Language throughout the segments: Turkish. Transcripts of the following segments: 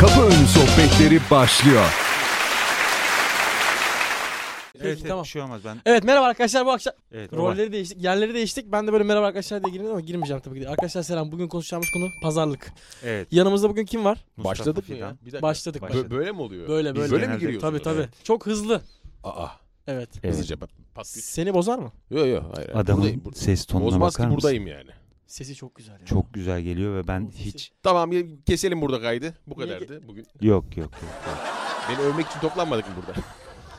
Kapı Önü Sohbetleri başlıyor. Peki, evet, tamam. evet bir şey olmaz ben. Evet merhaba arkadaşlar bu akşam Evet, o var. rolleri değiştik, yerleri değiştik. Ben de böyle merhaba arkadaşlar diye girmedim ama girmeyeceğim tabii ki. de. Arkadaşlar selam. Bugün konuşacağımız konu pazarlık. Evet. Yanımızda bugün kim var? Mustafa Başladık mı Fidan. ya? Bir dakika. Başladık. Baş- Bö- böyle mi oluyor? Böyle, Biz böyle. böyle mi Genelde- giriyorsunuz? Tabii tabii. Çok hızlı. Aa, Evet. hızlıca bak. Pas. Seni bozar mı? Yok yok hayır. hayır. Adamın Buradayım, bur- ses tonuna Bozmaz bakar ki mısın? buradayım yani. Sesi çok güzel. ya. Çok güzel geliyor ve ben O sesi- hiç Tamam ya- keselim burada kaydı. Bu Niye kadardı bugün. yok yok yok. Beni övmek için toplanmadık mı burada?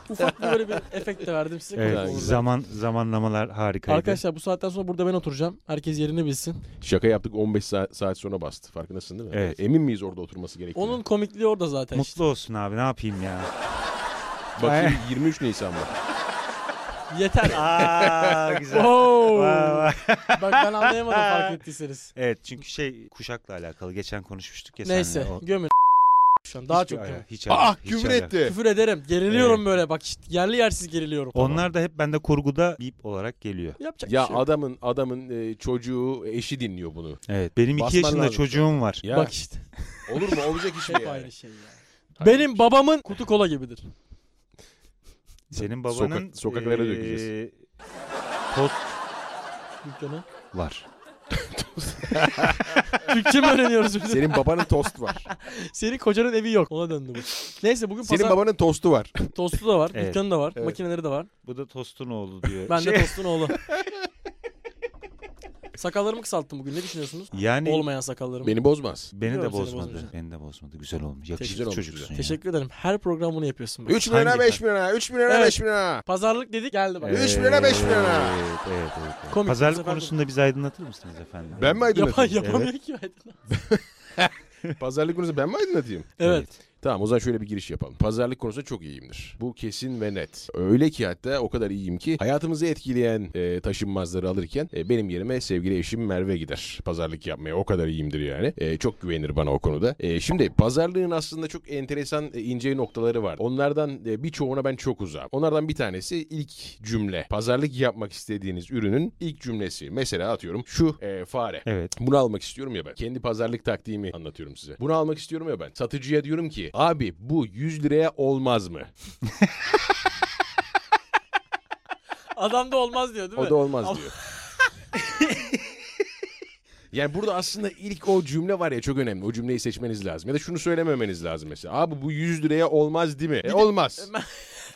Ufak bir böyle bir efekt de verdim size. Evet, Korkmayın. zaman zamanlamalar harikaydı. Arkadaşlar bu saatten sonra burada ben oturacağım. Herkes yerini bilsin. Şaka yaptık 15 sa- saat sonra bastı. Farkındasın değil mi? Evet. Emin miyiz orada oturması gerektiğini? Onun komikliği orada zaten. işte. Mutlu olsun abi ne yapayım ya. Bakayım 23 Nisan var. Yeter. Aa güzel. Wow. Vay, vay. Bak ben anlayamadım fark ettiyseniz. evet çünkü şey kuşakla alakalı geçen konuşmuştuk ya Neyse seninle. O- gömün şu an daha hiçbir çok ala- gömün. hiç ala- Aa hiç Ah, küfür ala- etti. Küfür ederim. Geriliyorum Evet. böyle bak işte yerli yersiz geriliyorum. Onlar da hep bende kurguda bip olarak geliyor. Yapacak Ya bir şey yok. adamın adamın e, çocuğu eşi dinliyor bunu. Evet. Benim iki Basman yaşında lazım. çocuğum var. Ya Bak işte olur mu olacak iş mi hep yani? aynı şey ya. Benim babamın kutu kola gibidir. Senin babanın Sokak- sokaklara eee, dökeceğiz. Tost Dükkana. var. Türkçe mi öğreniyoruz biz? Senin... Senin babanın tost var. kocanın evi yok. Ona döndü bu. Neyse bugün Senin pazar babanın tostu var. tostu da var. Evet. Dükkanı da var. Evet. Makineleri de var. Bu da tostun oğlu diyor. Ben Şey- de tostun oğlu. Sakallarımı kısalttım bugün. Ne düşünüyorsunuz? yani Olmayan sakallarımı. Beni bozmaz. beni Biliyorum de seni bozmadı. bozmayacak. Beni de bozmadı. Güzel olmuş. Güzel Yakışıklı olmuş, çocuksun. ya. Teşekkür ederim. Her program bunu yapıyorsun. bak. 3 lira Hangi 5 lira 3 lira Evet. 5 lira. Pazarlık dedik geldi bak. Evet. Üç lira, beş lira. Evet, evet, evet, evet. Komik, bu Pazarlık sefer konusunda bizi aydınlatır mısınız efendim? Ben mi aydınlatayım? Yapan yapamıyor ki. Pazarlık konusunda ben mi aydınlatayım? Evet. Tamam o zaman şöyle bir giriş yapalım. Pazarlık konusunda çok iyiyimdir. Bu kesin ve net. Öyle ki hatta o kadar iyiyim ki hayatımızı etkileyen e, taşınmazları alırken e, benim yerime sevgili eşim Merve gider. Pazarlık yapmaya o kadar iyiyimdir yani. E, çok güvenir bana o konuda. E, şimdi pazarlığın aslında çok enteresan e, ince noktaları var. Onlardan e, birçoğuna ben çok uzağım. Onlardan bir tanesi ilk cümle. Pazarlık yapmak istediğiniz ürünün ilk cümlesi. Mesela atıyorum şu e, fare. Evet. Bunu almak istiyorum ya ben. Kendi pazarlık taktiğimi anlatıyorum size. Bunu almak istiyorum ya ben. Satıcıya diyorum ki abi bu 100 liraya olmaz mı? Adam da olmaz diyor değil mi? O da olmaz diyor. Yani burada aslında ilk o cümle var ya çok önemli. O cümleyi seçmeniz lazım. Ya da şunu söylememeniz lazım mesela. Abi bu 100 liraya olmaz değil mi? E, olmaz.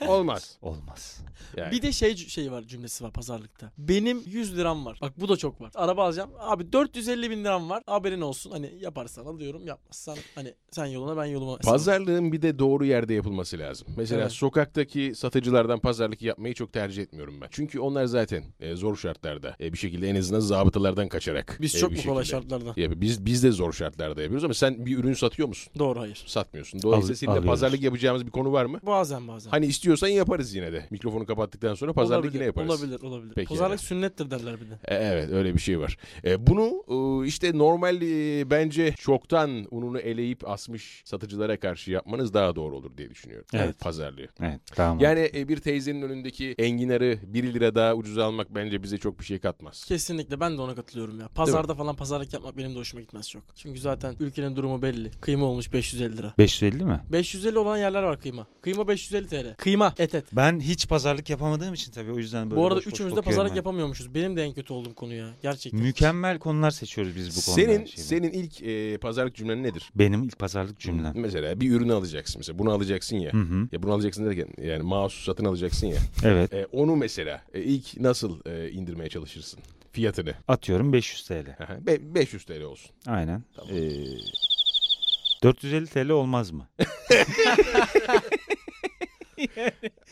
olmaz. Olmaz. Yani. Bir de şey şey var cümlesi var pazarlıkta. Benim 100 liram var. Bak bu da çok var. Araba alacağım. Abi 450 bin liram var. Haberin olsun. Hani yaparsan alıyorum. Yapmazsan hani sen yoluna ben yoluma. Pazarlığın bir de doğru yerde yapılması lazım. Mesela Evet. sokaktaki satıcılardan pazarlık yapmayı çok tercih etmiyorum ben. Çünkü onlar zaten e, zor şartlarda e, bir şekilde en azından zabıtalardan kaçarak. Biz e, çok bir mu kolay şekilde- şartlardan? Ya biz biz de zor şartlarda yapıyoruz ama sen bir ürün satıyor musun? Doğru hayır. Satmıyorsun. Dolayısıyla Al- seninle alıyoruz. pazarlık yapacağımız bir konu var mı? Bazen bazen. Hani istiyorsan yaparız yine de. Mikrofonu kapattıktan sonra pazarlık Olabilir, yine yaparız. Olabilir olabilir. Peki, pazarlık evet. sünnettir derler bir de. E, Evet öyle bir şey var. E, bunu e, işte normal e, bence çoktan ununu eleyip asmış satıcılara karşı yapmanız daha doğru olur diye düşünüyorum. Evet. Pazarlığı. Evet. Tamam. Yani e, bir teyzenin önündeki enginarı 1 lira daha ucuza almak bence bize çok bir şey katmaz. Kesinlikle ben de ona katılıyorum ya. Pazarda falan pazarlık yapmak benim de hoşuma gitmez çok. Çünkü zaten ülkenin durumu belli. Kıyma olmuş 550 lira. 550 mi? 550 olan yerler var kıyma. Kıyma 550 TL. Kıyma et et. Ben hiç pazarlık yapamadığım için tabii o yüzden böyle Bu arada boş boş üçümüz de bakıyorum pazarlık ben. yapamıyormuşuz. Benim de en kötü olduğum konu ya. Gerçekten. Mükemmel konular seçiyoruz biz bu konuda. Senin Şey, senin ilk e, pazarlık cümlen nedir? Benim ilk pazarlık cümlem. Mesela bir ürünü alacaksın mesela bunu alacaksın ya. Hı hı. Ya bunu alacaksın derken yani mouse satın alacaksın ya. Evet. E, onu mesela e, ilk nasıl e, indirmeye çalışırsın? Fiyatını. Atıyorum 500 TL. Aha, be- 500 TL olsun. Aynen. Tamam. Ee, 450 TL olmaz mı?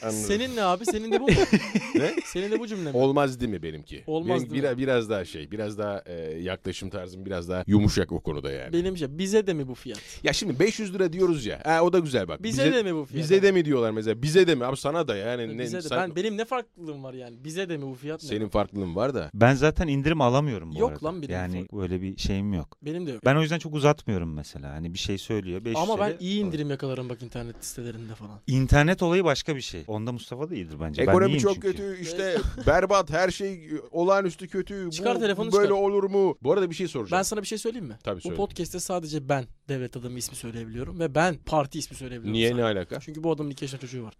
Senin ne abi? Senin de bu mu? Ne? Senin de bu cümle mi? Olmaz değil mi benimki? Olmaz Benim değil bira- biraz daha şey, biraz daha e, yaklaşım tarzım biraz daha yumuşak o konuda yani. Benim şey. Bize de mi bu fiyat? Ya şimdi 500 lira diyoruz ya. Ha, o da güzel bak. Bize, de mi bu fiyat? Bize de mi diyorlar mesela? Bize de mi? Abi sana da yani. Ne, Bize de. sen- Ben, benim ne farklılığım var yani? Bize de mi bu fiyat? ne? senin farklılığın var da. Ben zaten indirim alamıyorum bu Yok arada. lan bir de. Yani böyle bir şeyim yok. Benim de yok. Ben o yüzden çok uzatmıyorum mesela. Hani bir şey söylüyor. 500 Ama ben TL. iyi indirim yakalarım bak internet sitelerinde falan. İnternet olayı olayı başka bir şey. Onda Mustafa da iyidir bence. Ben Ekonomi iyiyim çok çünkü. kötü işte berbat her şey olağanüstü kötü. Bu Çıkar telefonu Böyle çıkar. olur mu? Bu arada bir şey soracağım. Ben sana bir şey söyleyeyim mi? Tabii Bu söyle. podcast'te sadece ben devlet adamı ismi söyleyebiliyorum ve ben parti ismi söyleyebiliyorum. Niye sana. ne alaka? Çünkü bu adamın iki yaşında çocuğu var.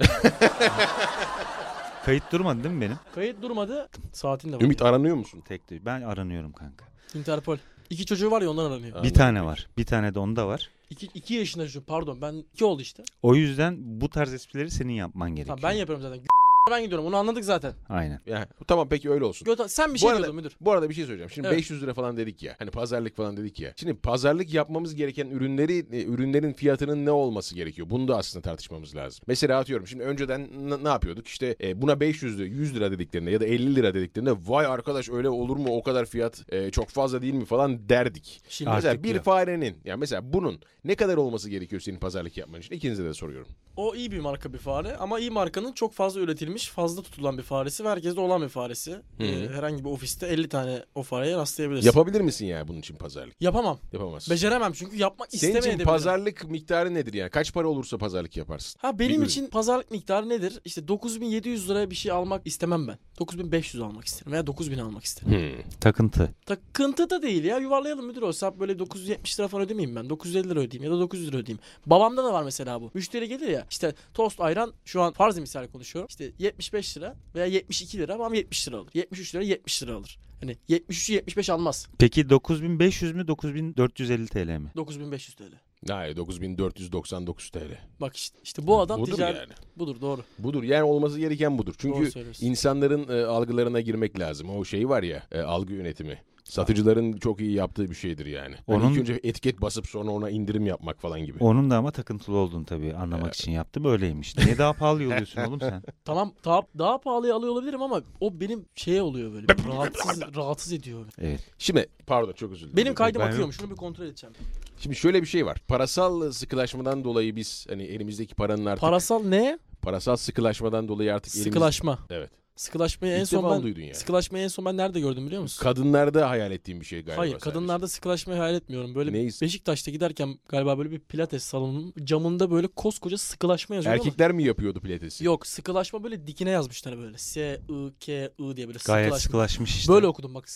Kayıt durmadı değil mi benim? Kayıt durmadı. Saatin de var. Ümit aranıyor musun? Tek değil. Ben aranıyorum kanka. Interpol. İki çocuğu var ya ondan aranıyor. Ha. Bir Anladım. tane var. Bir tane de onda var. İki, iki yaşında çocuğu pardon ben iki oldu işte. O yüzden bu tarz esprileri senin yapman gerekiyor. Tamam ben yapıyorum zaten. Ben gidiyorum onu anladık zaten. Aynen. Ya, tamam peki öyle olsun. Göt- sen bir Bu şey arada- diyordun müdür. Bu arada bir şey söyleyeceğim. Şimdi Evet. 500 lira falan dedik ya. Hani pazarlık falan dedik ya. Şimdi pazarlık yapmamız gereken ürünleri e, ürünlerin fiyatının ne olması gerekiyor? Bunu da aslında tartışmamız lazım. Mesela atıyorum şimdi önceden n- ne yapıyorduk? İşte e, buna 500 lira, 100 lira dediklerinde ya da 50 lira dediklerinde vay arkadaş öyle olur mu? O kadar fiyat e, çok fazla değil mi falan derdik. Şimdi Artık mesela bir yok. farenin yani mesela bunun ne kadar olması gerekiyor senin pazarlık yapman için? İkinize de soruyorum. o iyi bir marka bir fare ama iyi markanın çok fazla üretilmiş, fazla tutulan bir faresi ve herkeste olan bir faresi. Ee, herhangi bir ofiste 50 tane o fareye rastlayabilirsin. Yapabilir misin yani bunun için pazarlık? Yapamam. Yapamazsın. Beceremem çünkü yapmak senin için istemeyebilirim. pazarlık miktarı nedir yani? Kaç para olursa pazarlık yaparsın? Ha benim Bir ürün. için pazarlık miktarı nedir? İşte 9700 liraya bir şey almak istemem ben. 9500 almak isterim veya 9000 almak isterim. Hmm. Takıntı. Takıntı da değil ya. Yuvarlayalım müdür o hesap. Böyle 970 lira falan ödemeyeyim ben. 950 lira ödeyeyim ya da 900 lira ödeyeyim. Babamda da var mesela bu. Müşteri gelir ya. işte tost ayran şu an farz misal konuşuyorum. İşte 75 lira veya 72 lira. Babam 70 lira alır. 73 lira 70 lira alır. Hani 73'ü 75 almaz. Peki 9500 mü 9450 TL mi? 9500 TL. Hayır 9499 TL. Bak işte, işte bu adam budur ticaret. yani. Budur doğru. Budur yani olması gereken budur. Doğru Çünkü söylüyorsun. insanların e, algılarına girmek lazım. O şey var ya e, algı yönetimi. Satıcıların çok iyi yaptığı bir şeydir yani. Onun... Onun- ilk önce etiket basıp sonra ona indirim yapmak falan gibi. Onun da ama takıntılı olduğunu tabii Ee, anlamak için yaptım. Öyleymiş. Niye daha pahalı yolluyorsun oğlum sen? Tamam daha, daha pahalıya alıyor olabilirim ama o benim şeye oluyor böyle. rahatsız, rahatsız ediyor. Evet. Şimdi pardon çok özür dilerim. Benim kaydım ben- akıyor mu? Şunu bir kontrol edeceğim. Şimdi şöyle bir şey var. Parasal sıkılaşmadan dolayı biz hani elimizdeki paranın artık Parasal ne? parasal sıkılaşmadan dolayı artık elimiz... Sıkılaşma. Evet. Sıkılaşmayı en İlk defa son ben duydun yani. Sıkılaşmayı en son ben nerede gördüm biliyor musun? Kadınlarda hayal ettiğim bir şey galiba. Hayır, sadece. kadınlarda sıkılaşmayı hayal etmiyorum. Böyle Neyiz? Beşiktaş'ta giderken galiba böyle bir pilates salonunun camında böyle koskoca sıkılaşma yazıyor ama Erkekler mi yapıyordu pilatesi? yok sıkılaşma böyle dikine yazmışlar böyle. S I K I diye böyle Gayet sıkılaşma. sıkılaşmış işte. Böyle okudum bak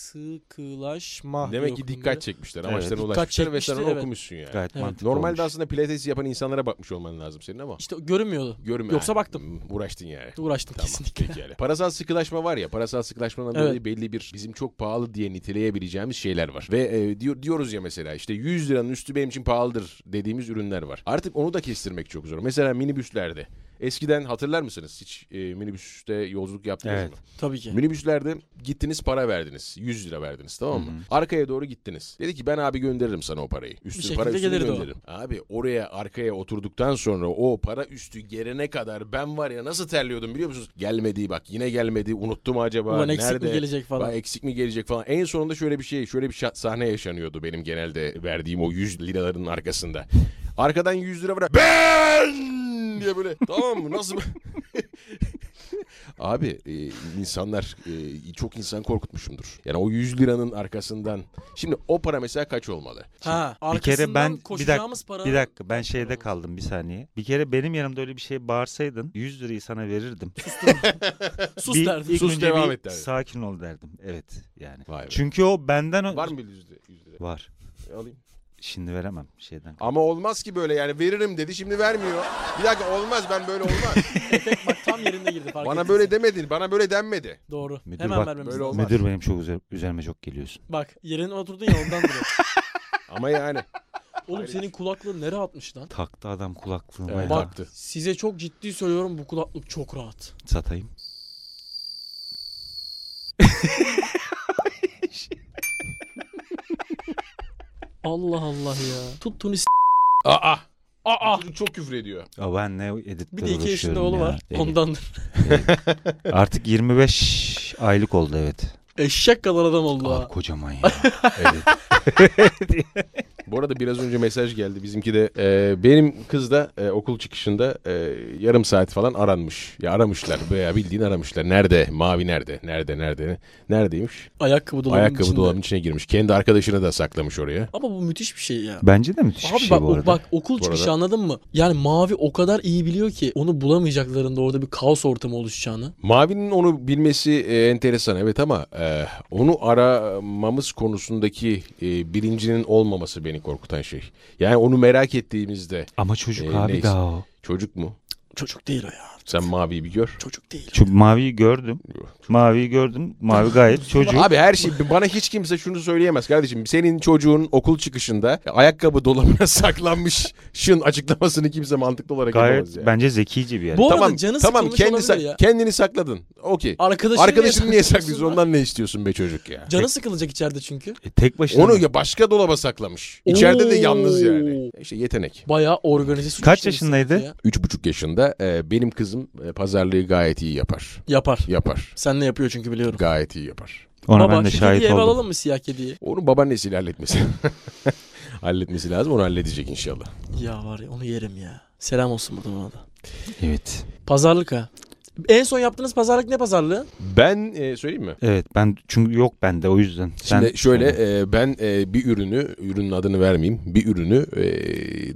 sıkılaşma. diye Demek ki okudum dikkat böyle. çekmişler. Evet. Amaçlarına Dikkat ulaşmışlar ve sen onu çekmiştir, evet. okumuşsun yani. Gayet Evet. mantıklı Normalde olmuş. aslında pilates yapan insanlara bakmış olman lazım senin ama İşte görünmüyordu. görme. Yoksa baktım. Hmm, Uğraştın yani. Uğraştım Tamam, kesinlikle. Peki yani. Parasal sıkılaşma var ya parasal sıkılaşmadan Evet. dolayı belli bir bizim çok pahalı diye niteleyebileceğimiz şeyler var. Ve e, diyor, diyoruz ya mesela işte 100 liranın üstü benim için pahalıdır dediğimiz ürünler var. Artık onu da kestirmek çok zor. Mesela minibüslerde eskiden hatırlar mısınız hiç e, minibüste yolculuk yaptınız Evet. mı? Tabii ki. Minibüslerde gittiniz para verdiniz. 100 lira verdiniz tamam mı? Arkaya doğru gittiniz. Dedi ki ben abi gönderirim sana o parayı. Üstü şekilde para üstünü gelirdi o. gönderirim. Abi oraya arkaya oturduktan sonra o para üstü gelene kadar ben var ya nasıl terliyordum biliyor musunuz? Gelmedi bak yine gelmedi unuttum acaba Ulan nerede? eksik mi gelecek falan. Bak eksik mi gelecek falan. En sonunda şöyle bir şey, şöyle bir şa- sahne yaşanıyordu benim genelde verdiğim o 100 liraların arkasında. Arkadan 100 lira bırak. Ben diye böyle tamam mı nasıl Abi e, insanlar e, çok insan korkutmuşumdur. Yani o 100 liranın arkasından. Şimdi o para mesela kaç olmalı? Ha, Bir kere ben bir dakika, koşacağımız para... bir dakika ben şeyde kaldım bir saniye. Bir kere benim yanımda öyle bir şey bağırsaydın 100 lirayı sana verirdim. Sus bir, derdim. ilk Sus, önce devam bir et derdim. Sakin ol derdim. Evet yani. Vay be. Çünkü o benden o- Var mı 100 lira? 100 lira? Var. E, Alayım. Şimdi veremem şeyden. Ama olmaz ki böyle yani veririm dedi şimdi vermiyor. Bir dakika olmaz ben böyle olmaz. Bak tam yerinde girdi fark bana ettiysen. böyle demedin bana böyle denmedi. Doğru. Müdür Hemen bak, vermemiz böyle lazım. olmaz. Müdür benim çok üzer- üzerime çok geliyorsun. Bak yerine oturdun ya ondan dolayı. Ama yani. Oğlum senin kulaklığın ne rahatmış lan? Taktı adam kulaklığıma Evet, ya. Bak Rahattı. size çok ciddi söylüyorum bu kulaklık çok rahat. Satayım. Allah Allah ya. Tuttuğunu s- Aa. Aa. Çocuk çok küfür ediyor. Aa, ben ne editle bir de iki yaşında uğraşıyorum oğlu ya. var. Deli. Ondandır. Artık 25 aylık oldu evet. Eşek kadar adam oldu Abi ha. kocaman ya. evet. Bu arada biraz önce mesaj geldi bizimki de. e, benim kız da e, okul çıkışında e, yarım saat falan aranmış. Ya aramışlar veya bildiğin aramışlar. Nerede? Mavi nerede? Nerede? Nerede? Neredeymiş? Ayakkabı dolabının Ayakkabı içinde. dolabının içine girmiş. Kendi arkadaşını da saklamış oraya. Ama bu müthiş bir şey ya. Bence de müthiş Abi bir şey bak, bu o- arada. bak okul Bu çıkışı arada. anladın mı? Yani Mavi o kadar iyi biliyor ki onu bulamayacaklarında orada bir kaos ortamı oluşacağını. Mavi'nin onu bilmesi e, enteresan evet ama e, onu aramamız konusundaki e, bilincinin olmaması beni korkutan şey. Yani onu merak ettiğimizde Ama çocuk Ee, abi neyse. daha o. çocuk mu? Çocuk değil o ya. Sen Mavi'yi bir gör. Çocuk değil. Çünkü maviyi gördüm. Maviyi gördüm. Mavi gayet çocuk. Abi her şey bana hiç kimse şunu söyleyemez kardeşim. Senin çocuğun okul çıkışında ayakkabı dolabına saklanmış şın açıklamasını kimse mantıklı olarak yapamaz gayet ya. bence zekice bir yer. Bu arada Tamam, canı tamam sıkılmış kendi olabilir sa- ya. kendini sakladın. Okey. Arkadaşını, Arkadaşını niye saklıyorsun? saklıyorsun lan? Ondan ne istiyorsun be çocuk ya? Canı sıkılacak içeride çünkü. E, tek başına. Onu ya başka dolaba saklamış. İçeride de Oo. yalnız yani. İşte yetenek. Bayağı organize suç Kaç işlemiş yaşındaydı? ya. Üç buçuk yaşında e, benim kızım e, pazarlığı gayet iyi yapar. Yapar. Yapar. Senle yapıyor çünkü biliyorum. Gayet iyi yapar. Ona Baba ben de şu şahit kediyi eve oldum. alalım mı siyah kediyi? Onu babaannesiyle halletmesi. halletmesi lazım. Onu halledecek inşallah. Ya var ya onu yerim ya. Selam olsun buradan ona da. Evet. Pazarlık ha. En son yaptığınız pazarlık ne pazarlığı? Ben e, söyleyeyim mi? Evet ben çünkü yok bende o yüzden. Şimdi Sen- şöyle e, ben e, bir ürünü, ürünün adını vermeyeyim, bir ürünü e,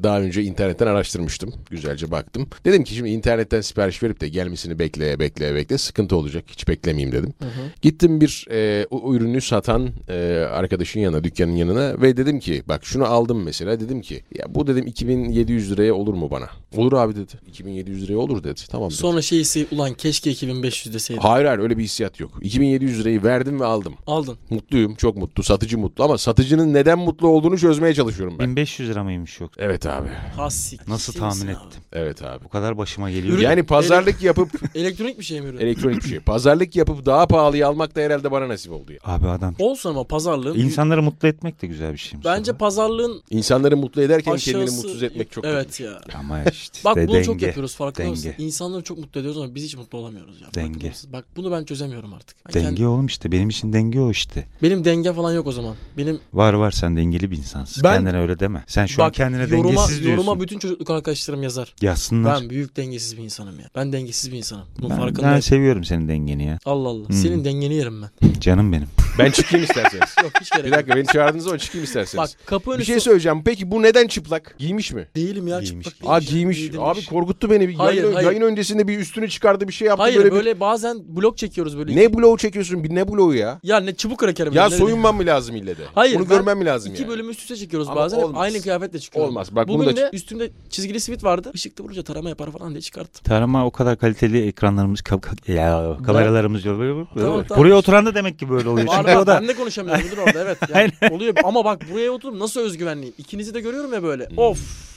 daha önce internetten araştırmıştım. Güzelce baktım. Dedim ki şimdi internetten sipariş verip de gelmesini bekleye bekleye bekle sıkıntı olacak. Hiç beklemeyeyim dedim. Gittim bir e, o, o ürünü satan e, arkadaşın yanına, dükkanın yanına ve dedim ki bak şunu aldım mesela. Dedim ki ya bu dedim 2700 liraya olur mu bana? Olur abi dedi. 2700 liraya olur dedi. Tamam dedim. Sonra şeysi ulan keşke 2500 deseydim. Hayır hayır öyle bir hissiyat yok. 2700 lirayı verdim ve aldım. Aldın. Mutluyum, çok mutlu. Satıcı mutlu ama satıcının neden mutlu olduğunu çözmeye çalışıyorum ben. 1500 lira mıymış yok? Evet abi. Hasik. Nasıl Ciddi tahmin misin abi? ettim? Evet abi. Bu kadar başıma geliyor. Yani pazarlık yapıp Elektronik bir şey mi ürün? elektronik bir şey. Pazarlık yapıp daha pahalıya almak da herhalde bana nasip oldu ya. Abi adam. Olsun ama pazarlığın. İnsanları mutlu etmek de güzel bir şey. Mustafa. Bence pazarlığın İnsanları mutlu ederken aşağısı. kendini mutsuz etmek çok Evet kötü. ya. Ama işte Bak de bunu çok denge. yapıyoruz farkında mısın? Denge. İnsanları çok mutlu ediyoruz ama biz hiç mutlu olamıyoruz. Ya. Denge. Farkında mısın? Bak bunu ben çözemiyorum artık. Ben Denge kendim- oğlum işte benim için denge o işte. benim denge falan yok o zaman. Benim Var var sen dengeli bir insansın. Ben- Kendine öyle deme. Sen şu an bak kendine yoruma, dengesiz diyorsun. yoruma bütün çocukluk arkadaşlarım yazar. Yazsınlar. Ben büyük dengesiz bir insanım ya. Ben dengesiz bir insanım. Bunun Ben, farkındayım. şey- ben seviyorum senin dengeni ya. Allah Allah. Hmm. Senin dengeni yerim ben. Canım benim. Ben çıkayım isterseniz. Yok hiç gerek Bir yok. dakika beni çağırdığınız zaman çıkayım Bak isterseniz. kapı önü bir şey söyleyeceğim. Peki bu neden çıplak? Giymiş mi? Değilim ya Giymiş. çıplak değilim. Aa giymiş. Giydim. Abi korkuttu beni. Bir Hayır, yayın, hayır. yayın öncesinde bir üstünü çıkardı bir şey yaptı Hayır böyle, böyle, bir. bazen blok çekiyoruz böyle. Ne bloğu çekiyorsun? Bir ne bloğu ya? Ya ne çubuk kraker Ya soyunmam mı lazım ille de? Hayır, Bunu ben görmem mi lazım İki yani? bölümü üst üste çekiyoruz Ama bazen. Hep olmaz. Aynı kıyafetle çıkıyorum. Olmaz. Bak bunu Bugün da de üstümde çizgili sivit vardı. Işıkta vurunca tarama yapar falan diye çıkarttım. Tarama o kadar kaliteli ekranlarımız, kap- kap- ya, kameralarımız yok. Tamam, tamam. Buraya oturan da demek ki böyle oluyor. Var Çünkü var o da ben de konuşamıyorum dur orada evet. Yani oluyor ama bak buraya oturdum nasıl özgüvenliyim. İkinizi de görüyorum ya böyle. Hmm. Of.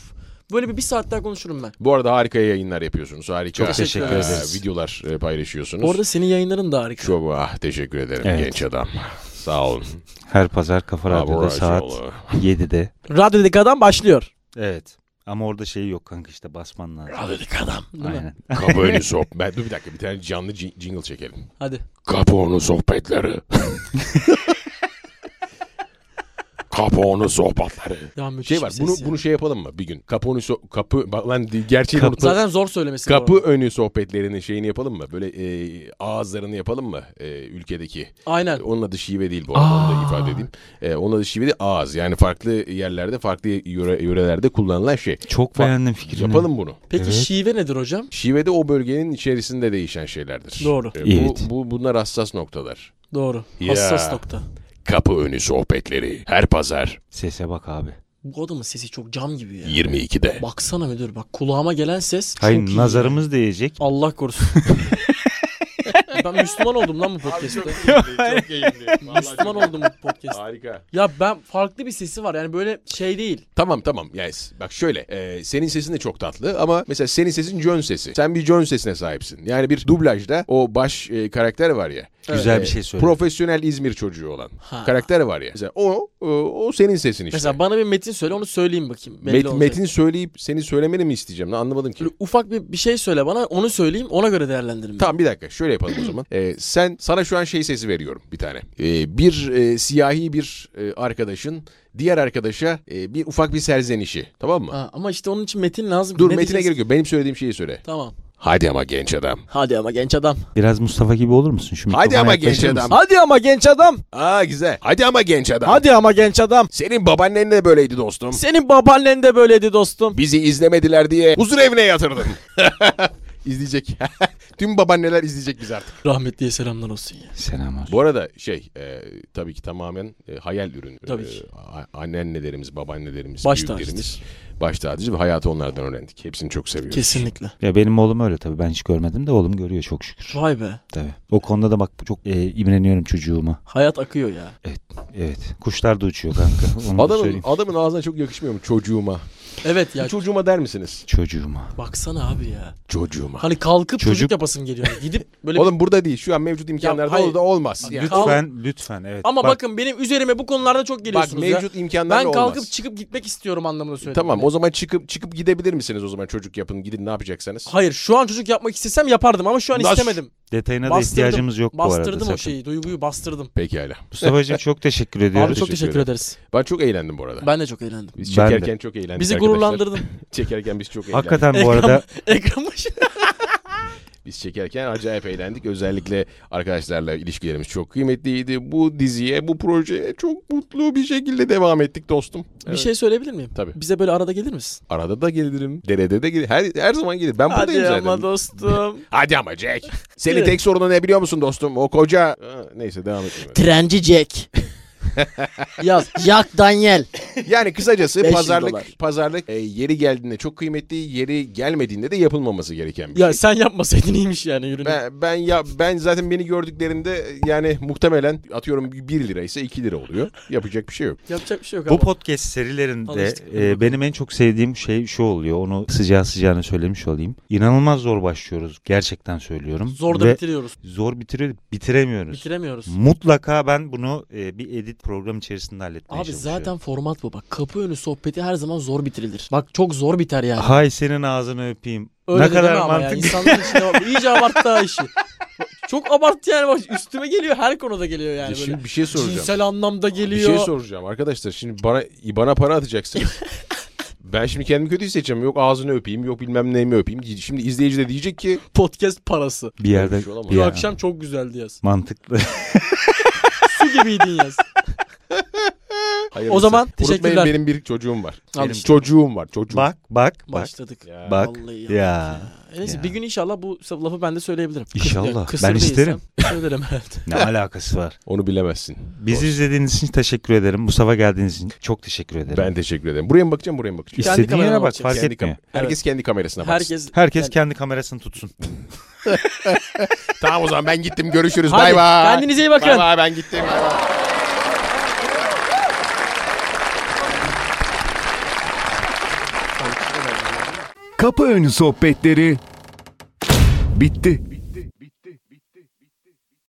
Böyle bir, bir saat daha konuşurum ben. Bu arada harika yayınlar yapıyorsunuz. Harika. Çok teşekkür Ee, ederiz. Videolar e, paylaşıyorsunuz. Orada senin yayınların da harika. çok ah teşekkür ederim Evet. genç adam. Sağ olun. her pazar Kafa Abi, Radyo'da saat Raşoğlu. 7'de. Radyodaki adam başlıyor. Evet. Ama orada şey yok kanka işte basman lazım. Radyodaki adam. Değil mi? Aynen. Kapağı sohbet. Ben, dur bir dakika bir tane canlı jing- jingle çekelim. Hadi. Kapağını sohbetleri. Kapağını sohbetleri. Ya müthiş Şey bir var ses bunu ya. bunu şey yapalım mı bir gün? Kapağını so- kapı bak lan di- gerçeğini Kapı- unutma. Zaten zor söylemesi. bu Kapı arada. önü sohbetlerinin şeyini yapalım mı? Böyle e, ağızlarını yapalım mı e, ülkedeki? Aynen. Onun adı şive değil bu arada onu da ifade edeyim. Ee, onun adı şive değil ağız. Yani farklı yerlerde farklı yöre- yörelerde kullanılan şey. Çok Bak, beğendim fikrini. Yapalım bunu. Peki Evet. şive nedir hocam? Şive de o bölgenin içerisinde değişen şeylerdir. Doğru. Ee, Evet. bu, bu, bunlar hassas noktalar. Doğru. Ya. Hassas nokta. Kapı önü sohbetleri her pazar Sese bak abi. Bu adamın sesi çok cam gibi ya. 22'de. Baksana müdür bak kulağıma gelen ses çok Hayır iyi. nazarımız değecek. Allah korusun. ben Müslüman oldum lan bu podcast'te. çok Müslüman oldum bu podcast'te. Harika. Ya ben farklı bir sesi var yani böyle şey değil. Tamam tamam. Yes. Bak şöyle. e, senin sesin de çok tatlı ama mesela senin sesin John sesi. Sen bir John sesine sahipsin. Yani bir dublajda o baş e, karakter var ya. Güzel Evet. bir şey söyle. Profesyonel İzmir çocuğu olan Ha. karakter var ya. Mesela o, o, o senin sesin işte. Mesela bana bir metin söyle onu söyleyeyim bakayım. Belli Met- olacak. metin söyleyip seni söylemeni mi isteyeceğim? Lan anlamadım ki. Böyle ufak bir, bir şey söyle bana onu söyleyeyim ona göre değerlendirelim. Tamam bir dakika şöyle yapalım o zaman. Ee, sen sana şu an şey sesi veriyorum bir tane. Ee, bir e, siyahi bir e, arkadaşın diğer arkadaşa e, bir ufak bir serzenişi tamam mı? Ha, ama işte onun için metin lazım. Dur Ne metine diyeceğiz? gerek yok. Benim söylediğim şeyi söyle. Tamam. Hadi ama genç adam. Hadi ama genç adam. Biraz Mustafa gibi olur musun? Şu Hadi mikrofona ama yaklaşır genç mısın? adam. Hadi ama genç adam. Aa güzel. Hadi ama genç adam. Hadi ama genç adam. Senin babaannen de böyleydi dostum. Senin babaannen de böyleydi dostum. Bizi izlemediler diye huzur evine yatırdın. İzleyecek. Tüm babaanneler izleyecek bizi artık. Rahmetliye selamlar olsun ya. Selam olsun. Bu arada şey e, tabii ki tamamen e, hayal ürünü. Tabii E, ki. a- anneannelerimiz, babaannelerimiz, Baş büyüklerimiz. tacıdır. Baş tacıdır ve hayatı onlardan öğrendik. Hepsini çok seviyoruz. Kesinlikle. Ya benim oğlum öyle tabii. Ben hiç görmedim de oğlum görüyor çok şükür. Vay be. Tabii. O konuda da bak çok e, imreniyorum çocuğuma. Hayat akıyor ya. Evet. Kuşlar da uçuyor kanka. Onu da Adamın, söyleyeyim. adamın ağzına çok yakışmıyor mu çocuğuma? Evet ya. Çocuğuma der misiniz? Çocuğuma. Baksana abi ya. Çocuğuma. Hani kalkıp çocuk, Çocuk- yapasım geliyor. Yani Gidip böyle bir- Oğlum burada değil. Şu an mevcut imkanlarda hayır. o da olmaz. Bak, Yani. lütfen Kalk- Lütfen lütfen evet. Ama Bak, bakın benim üzerime bu konularda çok Bak geliyorsunuz ya. mevcut imkanlarla Ben kalkıp olmaz. çıkıp gitmek istiyorum anlamında söyledim. Tamam Yani. o zaman çıkıp çıkıp gidebilir misiniz o zaman çocuk yapın gidin ne yapacaksanız? Hayır şu an çocuk yapmak istesem yapardım ama şu an Nasıl? istemedim. detayına da bastırdım- ihtiyacımız yok bu arada. Bastırdım o sakın. şeyi. Duyguyu bastırdım. Pekala. Mustafa'cığım çok teşekkür ediyoruz. Abi çok teşekkür ederim. ederiz. Ben çok eğlendim bu arada. Ben de çok eğlendim. Biz Ben de. çekerken çok eğlendik Bizi arkadaşlar. gururlandırdın. Çekerken biz çok eğlendik. Hakikaten bu arada Ekran başı. Biz çekerken acayip eğlendik. Özellikle arkadaşlarla ilişkilerimiz çok kıymetliydi. Bu diziye, bu projeye çok mutlu bir şekilde devam ettik dostum. Bir Evet. şey söyleyebilir miyim? Tabii. Bize böyle arada gelir misin? Arada da gelirim. Derede de gelirim. Her, her zaman gelirim. Ben buradayım Hadi zaten. ama dostum. Hadi ama Jack. Senin Evet. tek sorunun ne biliyor musun dostum? O koca... Ha, Neyse devam edelim. Trenci Jack. Yaz. Jack Daniel. Yani kısacası 500 pazarlık dolar. pazarlık e, yeri geldiğinde çok kıymetli, yeri gelmediğinde de yapılmaması gereken bir şey. Ya sen yapmasaydın iyiymiş yani ürünü. Ben, ben ya ben zaten beni gördüklerinde e, yani muhtemelen atıyorum 1 lira ise 2 lira oluyor. Yapacak bir şey yok. Yapacak bir şey yok bu ama. podcast serilerinde Alıştık. e, benim en çok sevdiğim şey şu oluyor. Onu sıcağı sıcağına söylemiş olayım. İnanılmaz zor başlıyoruz. Gerçekten söylüyorum. Zor da Ve bitiriyoruz. zor bitiriyor, bitiremiyoruz. Bitiremiyoruz. Mutlaka ben bunu e, bir edit program içerisinde halletmeye Abi çalışıyorum. zaten format bu. Bak kapı önü sohbeti her zaman zor bitirilir. Bak çok zor biter yani. Hay senin ağzını öpeyim. Öyle ne kadar deme ama ya. mantıklı. İnsanların içine bak, iyice abarttı ha işi. Çok abarttı yani bak üstüme geliyor her konuda geliyor yani böyle. Şimdi bir şey soracağım. Cinsel anlamda Bir geliyor. şey soracağım arkadaşlar. Şimdi bana bana para atacaksınız. ben şimdi kendimi kötü hissedeceğim. Yok ağzını öpeyim, yok bilmem neyimi öpeyim. Şimdi izleyici de diyecek ki Podcast parası. Bir yerde bir şey olamaz. bir Bu yer- akşam çok güzeldi yaz. mantıklı. Su gibiydin yaz. hayırlısı. O zaman Unutmayın teşekkürler. benim bir çocuğum var. Al Benim işte. çocuğum var. Çocuğum. bak bak bak. Başladık. Ya. Bak. Vallahi ya. Ya. Neyse Ya. bir gün inşallah bu lafı ben de söyleyebilirim. Kıs- İnşallah. kısır Ben değilsem isterim. Söylerim herhalde. Ne alakası var? Onu bilemezsin. Bizi izlediğiniz için teşekkür ederim. Mustafa geldiğiniz için çok teşekkür ederim. Ben teşekkür ederim. Buraya mı bakacağım, buraya mı bakacağım? Kendi İstediğin kamerana yere bak bakacaksın. fark Kendi etmiyor. kam- Herkes kendi kamerasına baksın. Herkes Herkes Yani- kendi kamerasını tutsun. Tamam o zaman ben gittim. Görüşürüz. Hadi, Bay bay. kendinize iyi bakın. Bay bay ben gittim. Bay bay. Kapı önü sohbetleri bitti.